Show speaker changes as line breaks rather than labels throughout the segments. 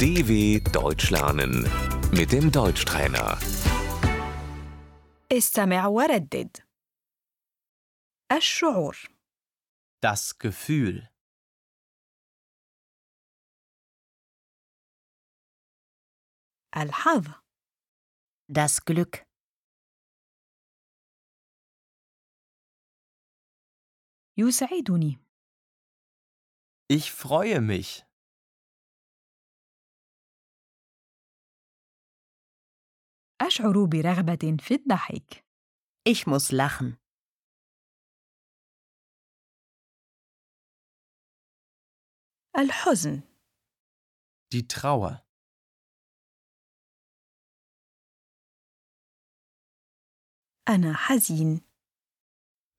DW Deutsch lernen mit dem Deutschtrainer.
استمع وردد الشعور
Das Gefühl.
الحظ
Das Glück,
يسعدني
Ich freue mich.
أشعر برغبة في الضحك
ich muss lachen,
الحزن
Die Trauer.
أنا حزين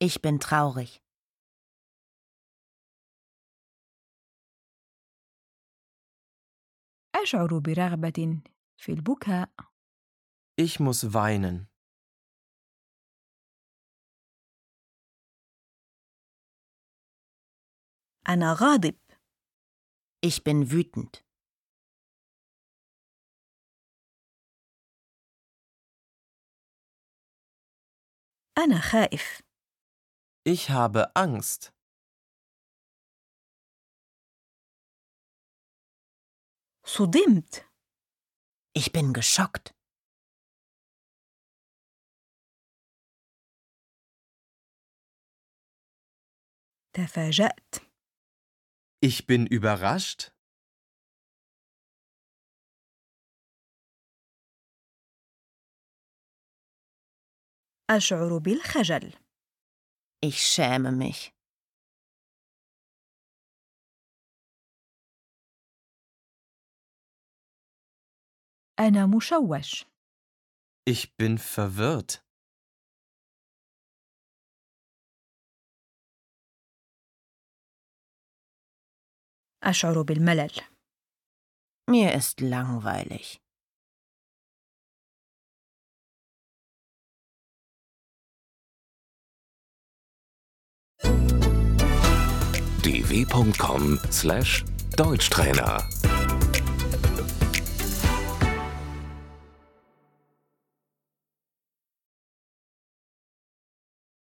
ich bin traurig,
أشعر برغبة في البكاء
Ich muss weinen.
أنا غاضب
ich bin wütend,
أنا خائف
Ich habe Angst.
صدمت
ich bin geschockt,
تفاجأت
Ich bin überrascht.
أشعر بالخجل
ich schäme mich,
أنا مشوش
Ich bin verwirrt.
أشعر بالملل
mir ist langweilig.
dw.com/deutschtrainer